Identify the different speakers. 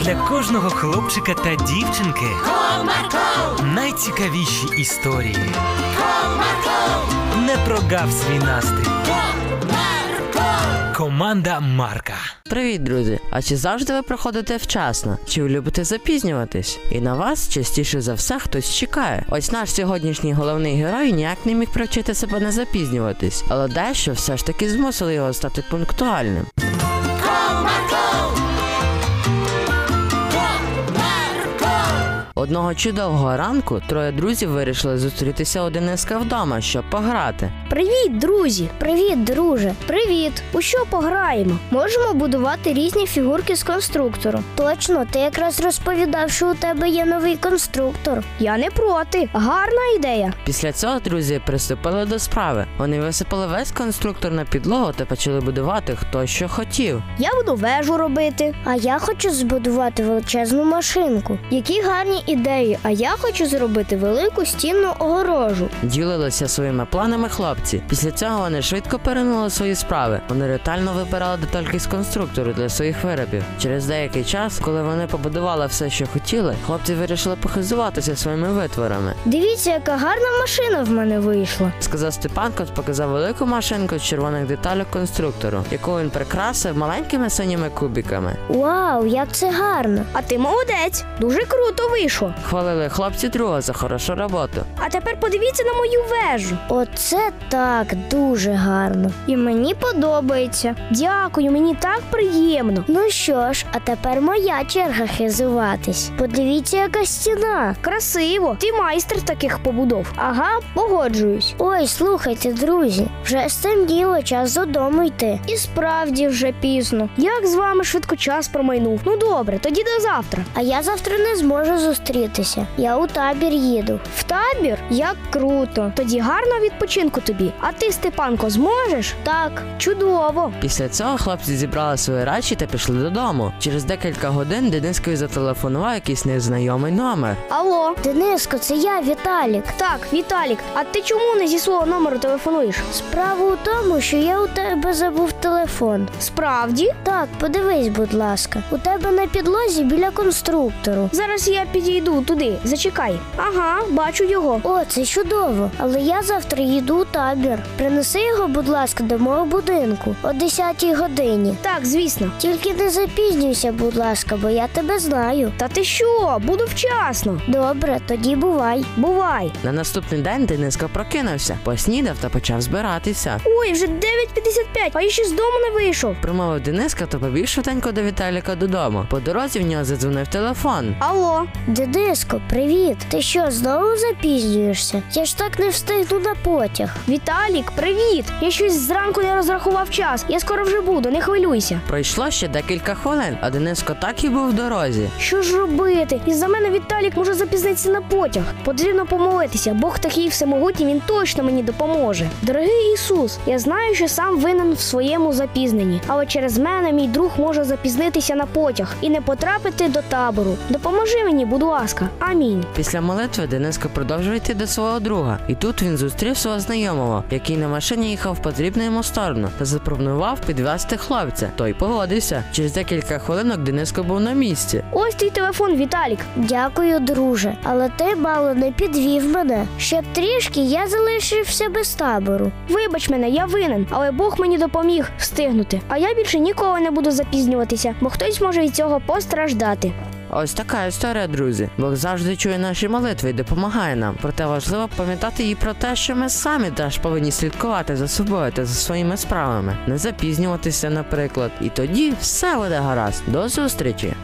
Speaker 1: для кожного хлопчика та дівчинки
Speaker 2: Comarco,
Speaker 1: найцікавіші історії.
Speaker 2: comarco,
Speaker 1: Не прогав свій настрій.
Speaker 2: comarco,
Speaker 1: Команда Марка.
Speaker 3: Привіт, друзі! А чи завжди ви приходите вчасно? Чи ви любите запізнюватись? І на вас частіше за все хтось чекає. Ось наш сьогоднішній головний герой ніяк не міг привчити себе не запізнюватись, але дещо все ж таки змусили його стати пунктуальним.
Speaker 2: comarco,
Speaker 3: Одного чудового ранку троє друзів вирішили зустрітися у Дениска вдома, щоб пограти.
Speaker 4: Привіт, друзі! Привіт, друже! Привіт! У що пограємо? Можемо будувати різні фігурки з конструктором. Точно, ти якраз розповідав, що у тебе є новий конструктор. Я не проти. Гарна ідея.
Speaker 3: Після цього друзі приступили до справи. Вони висипали весь конструктор на підлогу та почали будувати хто що хотів.
Speaker 4: Я буду вежу робити. А я хочу збудувати величезну машинку. Які гарні ідеї! А я хочу зробити велику стінну огорожу.
Speaker 3: Ділилися своїми планами хлопці. Після цього вони швидко перенули свої справи. Вони ретельно вибирали детальки з конструктору для своїх виробів. Через деякий час, коли вони побудували все, що хотіли, хлопці вирішили похизуватися своїми витворами.
Speaker 4: Дивіться, яка гарна машина в мене вийшла.
Speaker 3: Сказав Степанко, показав велику машинку з червоних деталей конструктору, яку він прикрасив маленькими синіми кубиками.
Speaker 4: Вау, як це гарно! А ти молодець! Дуже круто вийшло.
Speaker 3: Хвалили хлопці друга за хорошу роботу.
Speaker 4: А тепер подивіться на мою вежу. Оце так дуже гарно. І мені подобається. Дякую, мені так приємно. Ну що ж, а тепер моя черга хизуватись. Подивіться, яка стіна. Красиво. Ти майстер таких побудов. Ага, погоджуюсь. Ой, слухайте, друзі, вже стемніло, час додому йти. І справді вже пізно. Як з вами швидко час промайнув? Ну добре, тоді до завтра. А я завтра не зможу зустрітися. Я у табір їду. В табір? Як круто. Тоді гарного відпочинку тобі. А ти, Степанко, зможеш? Так, чудово.
Speaker 3: Після цього хлопці зібрали свої речі та пішли додому. Через декілька годин Денискові зателефонував якийсь незнайомий номер.
Speaker 4: Алло, Дениско, це я, Віталік. Так, Віталік, а ти чому не зі свого номеру телефонуєш? Справа у тому, що я у тебе забув телефон. Справді? Так, подивись, будь ласка. У тебе на підлозі біля конструктору.
Speaker 5: Зараз я підійду туди. Зачекай. Ага, бачу його.
Speaker 4: О, це чудово. Але я завтра їду у табір. Принеси його, будь ласка, до мого будинку о 10-й годині.
Speaker 5: Так, звісно.
Speaker 4: Тільки не запізнюйся, будь ласка, бо я тебе знаю.
Speaker 5: Та ти що? Буду вчасно.
Speaker 4: Добре, тоді бувай.
Speaker 5: Бувай.
Speaker 3: На наступний день Дениско прокинувся, поснідав та почав збиратися.
Speaker 5: Ой, вже 9.55, а я ще з дому не вийшов.
Speaker 3: Примовив Дениска та побіг швиденько до Віталіка додому. По дорозі в нього задзвонив телефон.
Speaker 5: Алло,
Speaker 4: Дедиско, привіт! Ти що, знову запізнюєшся? Я ж так не встигну на потяг.
Speaker 5: Віталік, привіт! Я щось зранку не розрахував час. Я скоро вже буду, не хвилюйся.
Speaker 3: Пройшло ще декілька хвилин, а Дениско так і був в дорозі.
Speaker 5: Що ж робити? Із-за мене Віталік може запізнитися на потяг. Потрібно помолитися. Бог такий всемогутній, він точно мені допоможе. Дорогий Ісус, я знаю, що сам винен в своєму запізненні, але через мене мій друг може запізнитися на потяг і не потрапити до табору. Допоможи мені, будь ласка. Амінь.
Speaker 3: Після молитви Дениско продовжує йти до свого друга, і тут він зустрів свого знайомого, який на машині їхав в потрібну йому сторону та запропонував підвести хлопця. Той погодився. Через декілька хвилинок Дениско був на місці.
Speaker 5: Ось твій телефон, Віталік.
Speaker 4: Дякую, друже, але ти мало не підвів мене. Ще б трішки я залишився без табору.
Speaker 5: Вибач мене, я винен, але Бог мені допоміг встигнути. А я більше ніколи не буду запізнюватися, бо хтось може від цього постраждати.
Speaker 3: Ось така історія, друзі. Бог завжди чує наші молитви і допомагає нам. Проте важливо пам'ятати і про те, що ми самі теж повинні слідкувати за собою та за своїми справами, не запізнюватися, наприклад. І тоді все буде гаразд. До зустрічі!